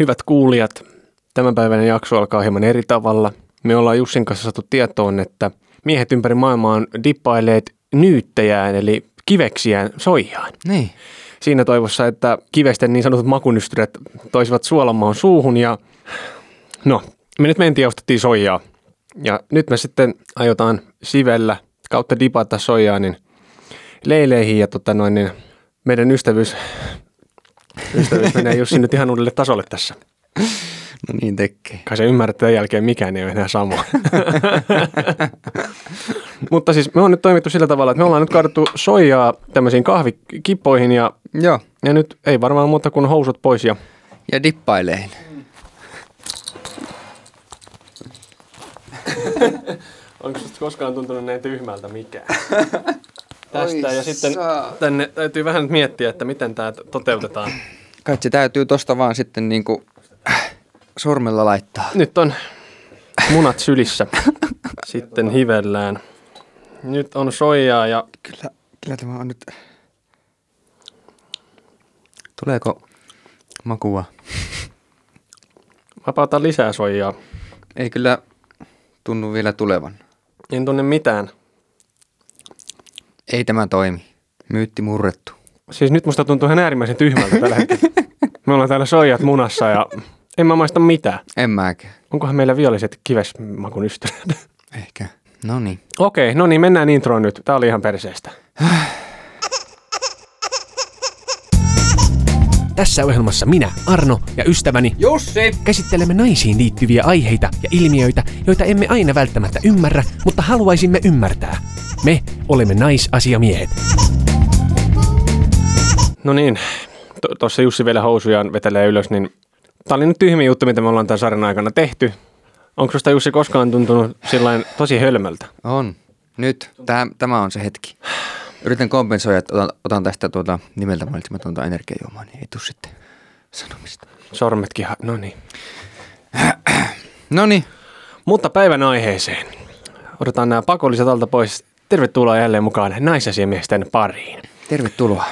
Hyvät kuulijat, tämänpäiväinen jakso alkaa hieman eri tavalla. Me ollaan Jussin kanssa saatu tietoon, että miehet ympäri maailmaa on dippaileet nyyttäjään, eli kiveksiään soijaan. Niin. Siinä toivossa, että kivesten niin sanotut makunystyrät toisivat suolamaon suuhun ja no, me nyt mentiin ja ostettiin soijaa. Ja nyt me sitten aiotaan sivellä kautta dipata soijaa niin leileihin ja tota noin, niin meidän ystävyys, ystävyys menee Jussi nyt ihan uudelle tasolle tässä. No niin tekee. Kai se ymmärrät, että tämän jälkeen mikään ei ole enää sama. Mutta siis me on nyt toimittu sillä tavalla, että me ollaan nyt kaadettu soijaa tämmöisiin kahvikippoihin ja, Joo. ja nyt ei varmaan muuta kuin housut pois ja Ja dippaileihin. Onko susta koskaan tuntunut näin tyhmältä mikään? Tästä Oi ja sitten saa. tänne täytyy vähän nyt miettiä, että miten tämä toteutetaan. Kai se täytyy tosta vaan sitten niinku äh, sormella laittaa. Nyt on munat sylissä. Sitten hivellään. Nyt on soijaa ja Kyllä, kyllä tämä on nyt... Tuleeko makua? vapauta lisää soijaa. Ei kyllä tunnu vielä tulevan. En tunne mitään. Ei tämä toimi. Myytti murrettu. Siis nyt musta tuntuu ihan äärimmäisen tyhmältä tällä hetkellä. Me ollaan täällä soijat munassa ja en mä maista mitään. En mäkään. Onkohan meillä vialliset kivesmakun ystävät? Ehkä. No niin. Okei, no niin, mennään introon nyt. Tää oli ihan perseestä. Tässä ohjelmassa minä, Arno ja ystäväni Jussi! käsittelemme naisiin liittyviä aiheita ja ilmiöitä, joita emme aina välttämättä ymmärrä, mutta haluaisimme ymmärtää. Me olemme naisasiamiehet. No niin, To- tuossa Jussi vielä housujaan vetelee ylös, niin tämä oli nyt tyhmin juttu, mitä me ollaan tämän sarjan aikana tehty. Onko susta Jussi koskaan tuntunut sillain tosi hölmöltä? On. Nyt. Tämä, tämä on se hetki. Yritän kompensoida, että otan, otan tästä tuota nimeltä mainitsematonta energiajuomaa, niin ei tuu sitten sanomista. Sormetkin, ha- no niin. No niin, Mutta päivän aiheeseen. Otetaan nämä pakolliset alta pois. Tervetuloa jälleen mukaan naisasiamiesten pariin. tervetuloa.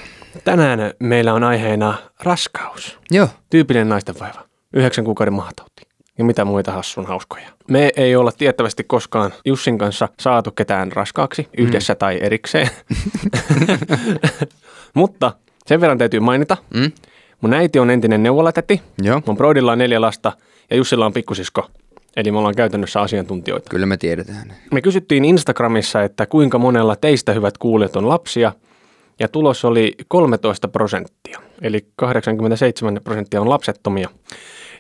Tänään meillä on aiheena raskaus. Joo, Tyypillinen naisten vaiva. Yhdeksän kuukauden maatauti. Ja mitä muita hassun hauskoja. Me ei olla tiettävästi koskaan Jussin kanssa saatu ketään raskaaksi yhdessä tai erikseen. Mutta sen verran täytyy mainita. Mm. Mun äiti on entinen neuvolatäti. joo. Mun broidilla on neljä lasta ja Jussilla on pikkusisko. Eli me ollaan käytännössä asiantuntijoita. Kyllä me tiedetään. Me kysyttiin Instagramissa, että kuinka monella teistä hyvät kuulijat on lapsia. Ja tulos oli 13 prosenttia, eli 87 prosenttia on lapsettomia.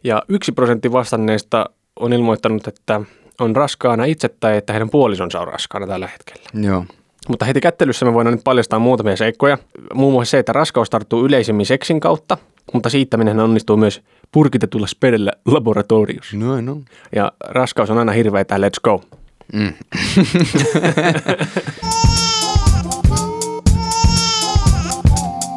Ja yksi prosentti vastanneista on ilmoittanut, että on raskaana itse tai että heidän puolisonsa on raskaana tällä hetkellä. Joo. Mutta heti kättelyssä me voidaan nyt paljastaa muutamia seikkoja. Muun muassa se, että raskaus tarttuu yleisimmin seksin kautta, mutta siittäminen onnistuu myös purkitetulla spedellä laboratoriossa. No, no. Ja raskaus on aina hirveä tämä let's go. Mm.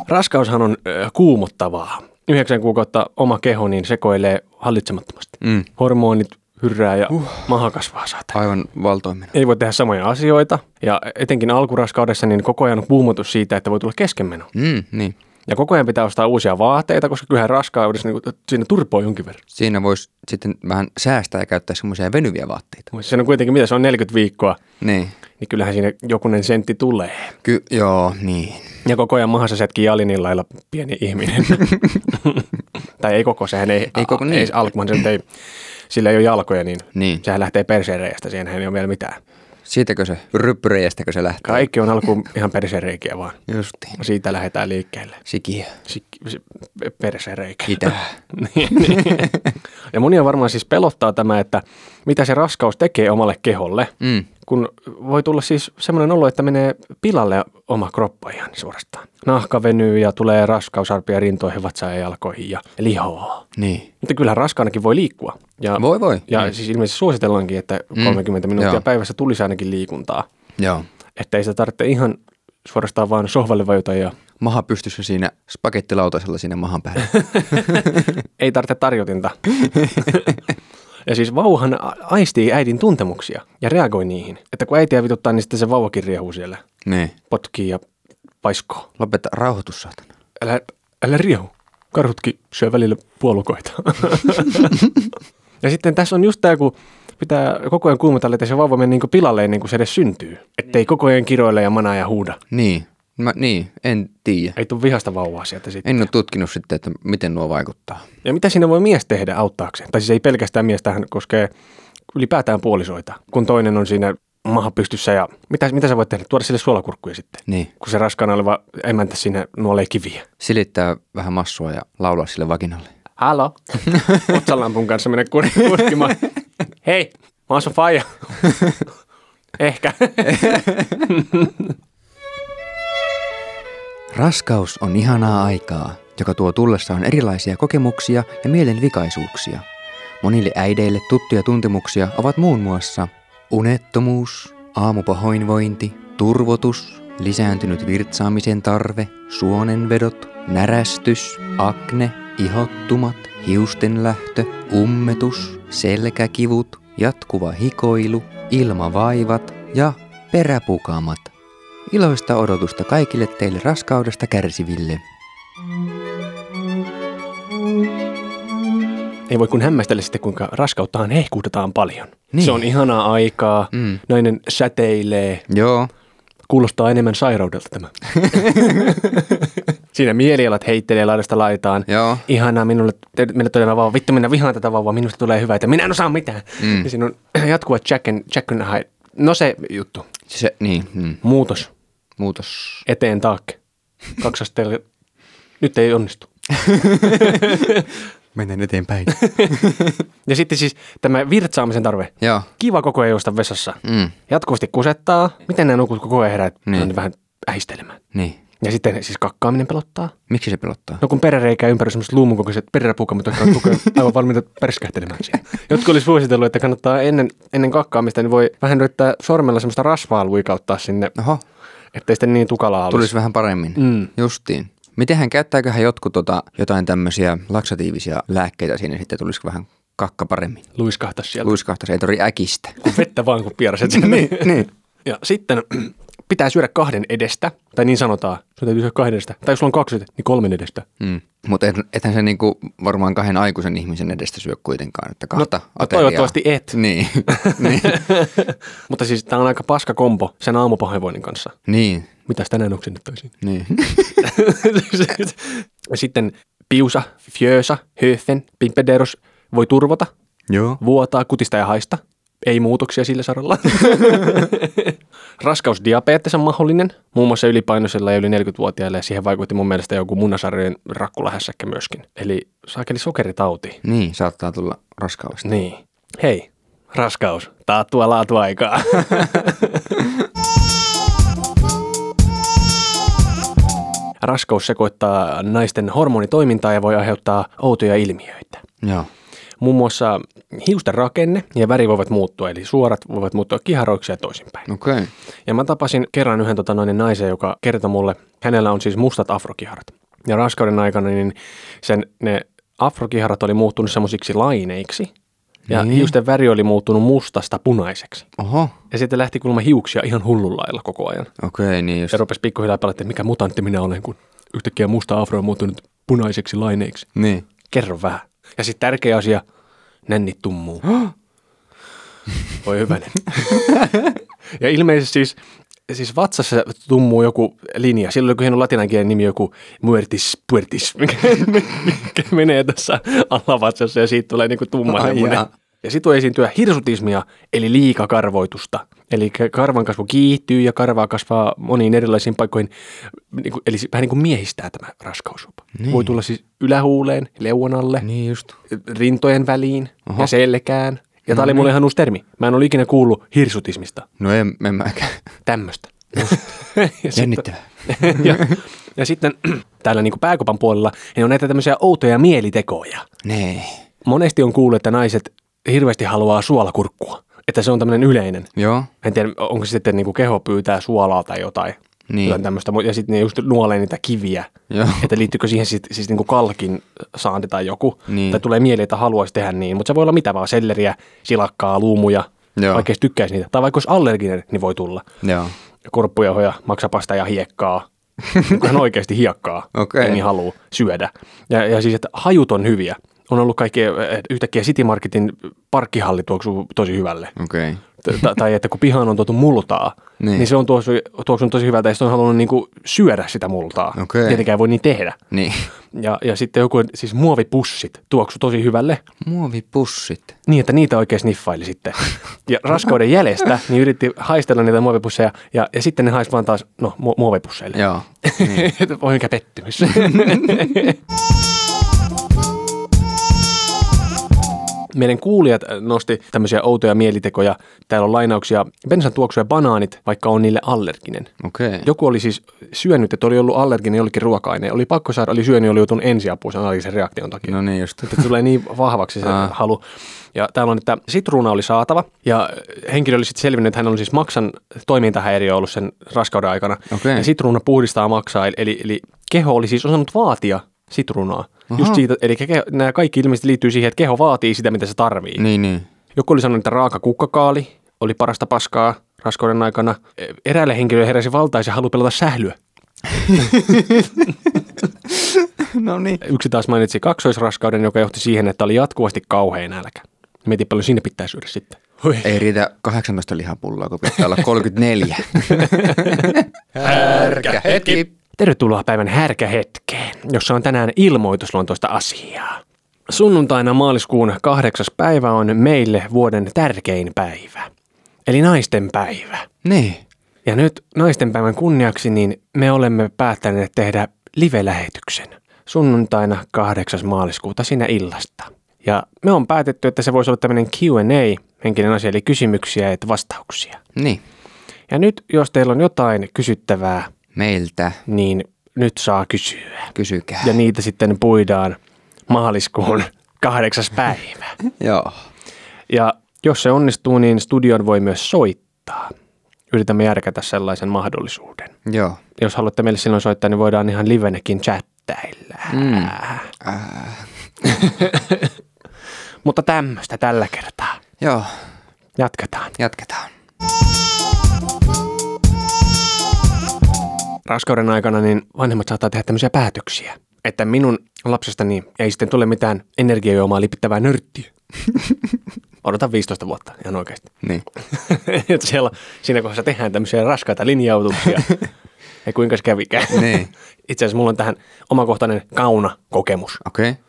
Raskaushan on ö, kuumottavaa. Yhdeksän kuukautta oma keho niin sekoilee hallitsemattomasti. Mm. Hormonit hyrrää ja uh. maha kasvaa saatana. Aivan valtoimena. Ei voi tehdä samoja asioita ja etenkin alkuraskaudessa niin koko ajan on kuumotus siitä, että voi tulla keskenmeno. Mm, niin. Ja koko ajan pitää ostaa uusia vaatteita, koska kyllähän raskaudessa niin kuin, siinä turpoo jonkin verran. Siinä voisi sitten vähän säästää ja käyttää semmoisia venyviä vaatteita. Mutta se on kuitenkin, mitä se on 40 viikkoa, Niin. niin kyllähän siinä jokunen sentti tulee. Ky- joo, niin. Ja koko ajan mahassa setki Jalinin lailla pieni ihminen. tai ei koko, sehän ei, Ei koko, a- niin. ei alkuhan se nyt ei, sillä ei ole jalkoja, niin, Niin. sehän lähtee persereistä, siihen ei ole vielä mitään. Siitäkö se, ryppyreistäkö se lähtee? Kaikki on alkuun ihan persereikiä vaan. Justiin. Siitä lähdetään liikkeelle. Sikiö. Sik, si, persereikä. Itää. Niin, niin. ja monia varmaan siis pelottaa tämä, että mitä se raskaus tekee omalle keholle, Mm. kun voi tulla siis semmoinen olo, että menee pilalle oma kroppa ihan suorastaan. Nahka venyy ja tulee raskausarpia rintoihin, vatsaan ja jalkoihin ja lihoa. Niin. Mutta kyllähän raskaanakin voi liikkua. Ja, Voi voi. ja siis ilmeisesti suositellaankin, että 30 minuuttia Joo. päivässä tulisi ainakin liikuntaa. Joo. Että ei sitä tarvitse ihan suorastaan vaan sohvalle vajuta ja Maha pystyssä siinä spagettilautasella siinä mahan päällä. ei tarvitse tarjotinta. ja siis vauhan a- aistii äidin tuntemuksia ja reagoi niihin. Että kun äitiä vituttaa, niin sitten se vauvakin riehuu siellä. niin. Potkii ja paiskoo. Lopeta rauhoitus, saatana. Älä, älä riehu. karhutkin syö välillä puolukoita. ja sitten tässä on just tämä, kun pitää koko ajan kuumotella, että se vauva menee niin pilalle ennen kuin se edes syntyy. Ettei koko ajan kiroile ja manaa ja huuda. Niin, mä, niin en tiedä. Ei tule vihasta vauvaa sieltä sitten. En ole tutkinut sitten, että miten nuo vaikuttaa. Ja mitä siinä voi mies tehdä auttaakseen? Tai siis ei pelkästään mies, tähän koskee ylipäätään puolisoita, kun toinen on siinä maha pystyssä ja mitä, mitä sä voit tehdä? Tuoda sille suolakurkkuja sitten, Niin, kun se raskaana oleva emäntä sinne nuolee kiviä. silittää vähän massua ja laulaa sille vaginalle. Halo. Otsalampun kanssa mennä kur- kurkkimaan. Hei, mä oon sun faija. Ehkä. Raskaus on ihanaa aikaa, joka tuo tullessaan erilaisia kokemuksia ja mielenvikaisuuksia. Monille äideille tuttuja tuntemuksia ovat muun muassa unettomuus, aamupahoinvointi, turvotus, lisääntynyt virtsaamisen tarve, suonenvedot, närästys, akne, ihottumat, hiusten lähtö, ummetus, selkäkivut, jatkuva hikoilu, ilmavaivat ja peräpukamat. Iloista odotusta kaikille teille raskaudesta kärsiville. Ei voi kun hämmästellä sitten, kuinka raskauttahan hehkutetaan paljon. Niin. Niin. Se on ihanaa aikaa. Mm. Nainen säteilee. Joo, Kuulostaa enemmän sairaudelta tämä. Siinä mielialat heittelee laidasta laitaan. joo. Ihanaa minulle, te- meille tulee tämä vauva, vittu minä vihaan tätä vauvaa, minusta tulee hyvä, että minä en osaa mitään. Mm. Ja siinä on jatkuva check and, check and hide. No se juttu, Se, niin, mm. muutos, muutos. eteen taakke, kaksasteelle, nyt ei onnistu. Mennään eteenpäin. Ja sitten siis tämä virtsaamisen tarve. Joo. Kiva koko ajan juosta vessassa. Mm. Jatkuvasti kusettaa. Miten nämä nukut koko ajan herät? Niin. Niin. vähän ähistelemään. Niin. Ja sitten siis kakkaaminen pelottaa. Miksi se pelottaa? No kun peräreikää ympäri semmoiset luumukokoiset peräpukamat, jotka on tukea, aivan valmiita pärskähtelemään siihen. Jotkut olisi suositellut, että kannattaa ennen, ennen kakkaamista, niin voi vähän yrittää sormella semmoista rasvaa luikauttaa sinne, Oho, ettei sitten niin tukalaa olisi. No. tulisi vähän paremmin. Mm. Justiin. Mitenhän käyttääköhän jotkut tota, jotain tämmöisiä laksatiivisia lääkkeitä siinä sitten tulisiko vähän kakka paremmin? Luiskahtaa sieltä. Luiskahtaisi, ei tori äkistä. Kun vettä vaan, kun pieraset sen. niin, niin. Ja sitten pitää syödä kahden edestä, tai niin sanotaan, sun täytyy syödä kahden edestä. Tai jos sulla on kaksi, niin kolmen edestä. Mm. Mutta et, ethän se niinku varmaan kahden aikuisen ihmisen edestä syö kuitenkaan, että kahta no ateriaa. toivottavasti et. Niin, niin. Mutta siis tämä on aika paska kompo sen aamupahoinvoinnin kanssa. niin, Mitäs tänään oksennettaisiin? niin. Sitten piusa, fjösa, höfen, pimpederos voi turvota, Joo. vuotaa, kutista ja haista. Ei muutoksia sillä saralla. Raskausdiabetes on mahdollinen, muun muassa ylipainoisella ja yli 40-vuotiailla, ja siihen vaikutti mun mielestä joku munasarjojen rakkulahässäkkä myöskin. Eli saakeli sokeritauti. Niin, saattaa tulla raskaudesta. Niin. Hei, raskaus. Taattua laatua aikaa. Raskaus sekoittaa naisten hormonitoimintaa ja voi aiheuttaa outoja ilmiöitä. Joo. Muun muassa hiusten rakenne ja väri voivat muuttua, eli suorat voivat muuttua kiharoiksi ja toisinpäin. Okei. Okay. Ja mä tapasin kerran yhden tota, noinen naisen, joka kertoi mulle, hänellä on siis mustat afrokiharat. Ja raskauden aikana niin sen, ne afrokiharat oli muuttunut semmoisiksi laineiksi. Ja niin. Niin. hiusten väri oli muuttunut mustasta punaiseksi. Oho. Ja sitten lähti kuulemma hiuksia ihan hullulla lailla koko ajan. Okei, okay, niin just. Ja rupesi pikkuhiljaa pelättämään, että mikä mutantti minä olen, kun yhtäkkiä musta afro on muuttunut punaiseksi laineiksi. Niin. Kerro vähän. Ja sitten tärkeä asia, nännit tummuu. Voi hyvänen. ja ilmeisesti siis, siis vatsassa tummuu joku linja. Sillä oli joku hieno latinankielinen nimi, joku muertis puertis, mikä, mikä menee tässä alavatsassa ja siitä tulee niinku tumma Ai semmoinen. jaa. Ja sitten voi esiintyä hirsutismia, eli liikakarvoitusta. Eli karvan kasvu kiihtyy ja karvaa kasvaa moniin erilaisiin paikkoihin. Niin kuin, eli si- vähän niin kuin miehistää tämä raskausjopa. Niin. Voi tulla siis ylähuuleen, leuan alle, Niin just. rintojen väliin Oho. No niin. ja selkään. Ja tämä oli mulle ihan uusi termi. Mä en ole ikinä kuullut hirsutismista. No en, en mäkään. Tämmöistä. ja, sitten, Jännittävää. ja, ja sitten täällä niin kuin pääkopan puolella niin on näitä tämmöisiä outoja mielitekoja. Nee. Monesti on kuullut, että naiset hirveästi haluaa suolakurkkua. Että se on tämmöinen yleinen. Joo. En tiedä, onko se sitten niin kuin keho pyytää suolaa tai jotain. Niin. jotain tämmöistä. Mu- Ja sitten ne just nuolee niitä kiviä. Joo. Että liittyykö siihen sit, siis niin kuin kalkin saanti tai joku. Niin. Tai tulee mieleen, että haluaisi tehdä niin. Mutta se voi olla mitä vaan, selleriä, silakkaa, luumuja. Joo. Vaikka ei tykkäisi niitä. Tai vaikka olisi allerginen, niin voi tulla. Joo. Korppujauhoja, maksapasta ja hiekkaa. kun hän oikeasti hiekkaa, Okei. jengi haluaa syödä. Ja, ja siis, että hajut on hyviä. On ollut kaikkea, että yhtäkkiä City Marketin parkkihalli tuoksuu tosi hyvälle. Okei. Okay. T- ta- tai että kun pihaan on tuotu multaa, Niin. niin, niin se on tuosu, tuoksunut tosi hyvältä ja sitten on halunnut niinku syödä sitä multaa. Okei. Tietenkään ei voi niin tehdä. Niin. Ja, ja sitten joku, siis muovipussit tuoksu tosi hyvälle, Muovipussit. niin että niitä oikein sniffaili sitten. Ja raskauden jäljestä niin yritti haistella niitä muovipusseja ja, ja sitten ne haisi vaan taas, no, mu- muovipusseille. Joo. Että Voi mikä pettymys. Meidän kuulijat äh, nosti tämmöisiä outoja mielitekoja. Täällä on lainauksia. Bensan tuoksu ja banaanit, vaikka on niille allerginen. Okei. Okay. Joku oli siis syönyt, että oli ollut allerginen jollekin ruoka-aineen. Oli pakko saada, oli syönyt, oli joutunut ensiapuun sen allergisen reaktion takia. No niin just. Että tulee niin vahvaksi se Aa. halu. Ja täällä on, että sitruuna oli saatava ja henkilö oli sitten selvinnyt, että hän on siis maksan toimintahäiriö ollut sen raskauden aikana. Okei. Ja sitruuna puhdistaa maksaa, eli- eli, eli keho oli siis osannut vaatia sitruunaa. Just siitä, eli keho, nämä kaikki ilmeisesti liittyy siihen, että keho vaatii sitä, mitä se tarvii. Niin, niin. Joku oli sanonut, että raaka kukkakaali oli parasta paskaa raskauden aikana. Eräälle henkilölle heräsi valtaisen halu pelata sählyä. No niin. Yksi taas mainitsi kaksoisraskauden, joka johti siihen, että oli jatkuvasti kauhea nälkä. Mietin paljon sinne pitää syödä sitten. Oi. Ei riitä 18 lihapulloa, kun pitää olla 34. Härkä hetki. Tervetuloa päivän härkähetkeen, jossa on tänään ilmoitusluontoista asiaa. Sunnuntaina maaliskuun kahdeksas päivä on meille vuoden tärkein päivä, eli naisten päivä. Niin. Ja nyt naistenpäivän kunniaksi niin me olemme päättäneet tehdä live-lähetyksen sunnuntaina 8. maaliskuuta siinä illasta. Ja me on päätetty, että se voisi olla tämmöinen Q&A, henkinen asia, eli kysymyksiä ja vastauksia. Niin. Ja nyt, jos teillä on jotain kysyttävää, Meiltä. niin nyt saa kysyä. Kysykää. Ja niitä sitten puidaan maaliskuun kahdeksas päivä. Joo. Ja jos se onnistuu, niin studion voi myös soittaa. Yritämme järkätä sellaisen mahdollisuuden. Joo. jos haluatte meille silloin soittaa, niin voidaan ihan livenäkin chattailla. Mm. Mutta tämmöistä tällä kertaa. Joo. Jatketaan. Jatketaan. Raskauden aikana niin vanhemmat saattaa tehdä tämmöisiä päätöksiä, että minun lapsestani ei sitten tule mitään energiajuomaa lipittävää nörttiä. Odotan 15 vuotta, ihan oikeasti. Niin. Että siellä, siinä kohdassa tehdään tämmöisiä raskaita linjautuksia. Ei kuinka se kävikään. Niin. Itse asiassa mulla on tähän omakohtainen kauna kokemus. Okei. Okay.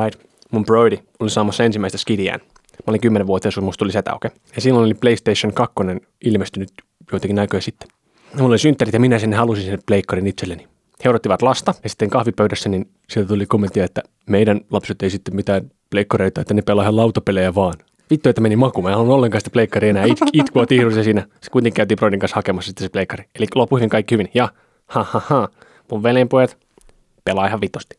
Alright. Mun broidi oli saamassa ensimmäistä skidiään. Mä olin 10-vuotias, kun musta tuli setäuke. Ja silloin oli PlayStation 2 ilmestynyt joitakin aikoja sitten. Ja Mulla oli synttärit ja minä sinne halusin sen pleikkarin itselleni. He odottivat lasta ja sitten kahvipöydässä niin sieltä tuli kommenttia, että meidän lapset ei sitten mitään pleikkareita, että ne pelaa ihan lautapelejä vaan. Vittu, että meni maku. Mä en halunnut ollenkaan sitä pleikkaria enää. It, itkua tiirusi siinä. Se kuitenkin käytiin broidin kanssa hakemassa sitten se pleikkari. Eli lopuihin kaikki hyvin. Ja ha ha ha. Mun veljenpojat pelaa ihan vitosti.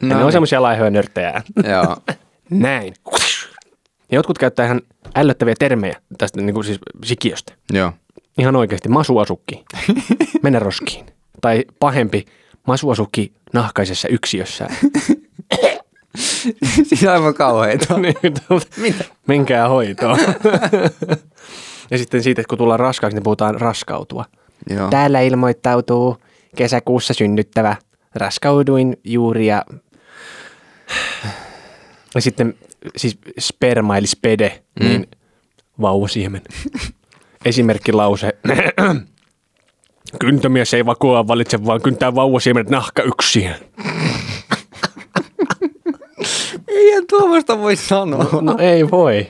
No, ne on semmoisia laihoja nörttejä. Joo. Näin. Ja jotkut käyttää ihan ällöttäviä termejä tästä niin kuin siis sikiöstä. Joo. Ihan oikeasti masuasukki. Mennä roskiin. Tai pahempi, masuasukki nahkaisessa yksiössä. Siis aivan kauheeta. Mitä? Niin, tuota, Menkää hoitoon. ja sitten siitä, että kun tullaan raskaaksi, niin puhutaan raskautua. Joo. Täällä ilmoittautuu kesäkuussa synnyttävä. Raskauduin juuri ja... ja sitten siis sperma eli spede, mm. niin vauvasiemen. Esimerkki lause. Kyntömies ei vakoa valitse, vaan kyntää vauvasiemenet nahka yksin. Eihän tuommoista voi sanoa. No ei voi.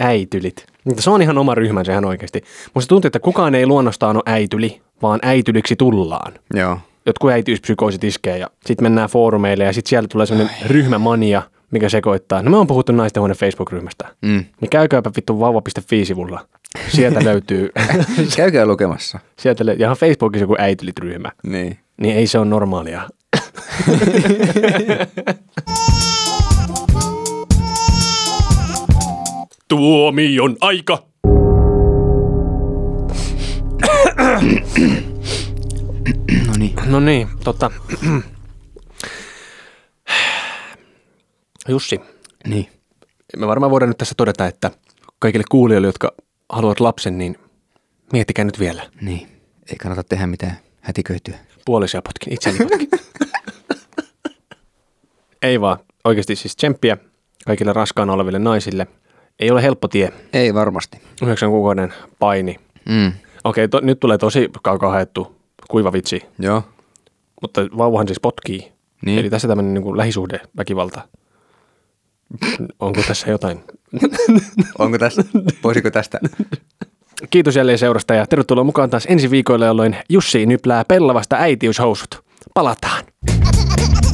Äitylit. Mutta se on ihan oma ryhmänsä ihan oikeasti. Musta tuntuu, että kukaan ei luonnostaan ole äityli, vaan äityliksi tullaan. Joo. jotkut äitiyspsykoosit iskee ja sitten mennään foorumeille ja sitten siellä tulee sellainen ryhmämania, mikä sekoittaa. No me on puhuttu naisten huone Facebook-ryhmästä. Mm. Niin käykääpä vittu vauva.fi-sivulla. Sieltä löytyy, Käykää lukemassa. sieltä lö- ja ihan Facebookissa joku äitylit-ryhmä. Niin. Niin ei se ole normaalia. Tuomion aika! No niin. No niin, tota... Jussi, Niin. me varmaan voidaan nyt tässä todeta, että kaikille kuulijoille, jotka haluavat lapsen, niin miettikää nyt vielä. Niin. ei kannata tehdä mitään hätiköityä. Puolisia potkin, itseni potkin. Ei vaan, oikeasti siis tsemppiä kaikille raskaana oleville naisille. Ei ole helppo tie, Ei varmasti. yhdeksän kuukauden paini. Mm. Okei, to, nyt tulee tosi kaukaa haettu kuiva vitsi, Joo. mutta vauvahan siis potkii. Niin. Eli tässä tämmöinen niin lähisuhdeväkivalta. Onko tässä jotain? Onko tästä, voisiko tästä? Kiitos jälleen seurasta ja tervetuloa mukaan taas ensi viikolla, jolloin Jussi nyplää pellavasta äitiyshousut. Palataan! Ha ha ha ha!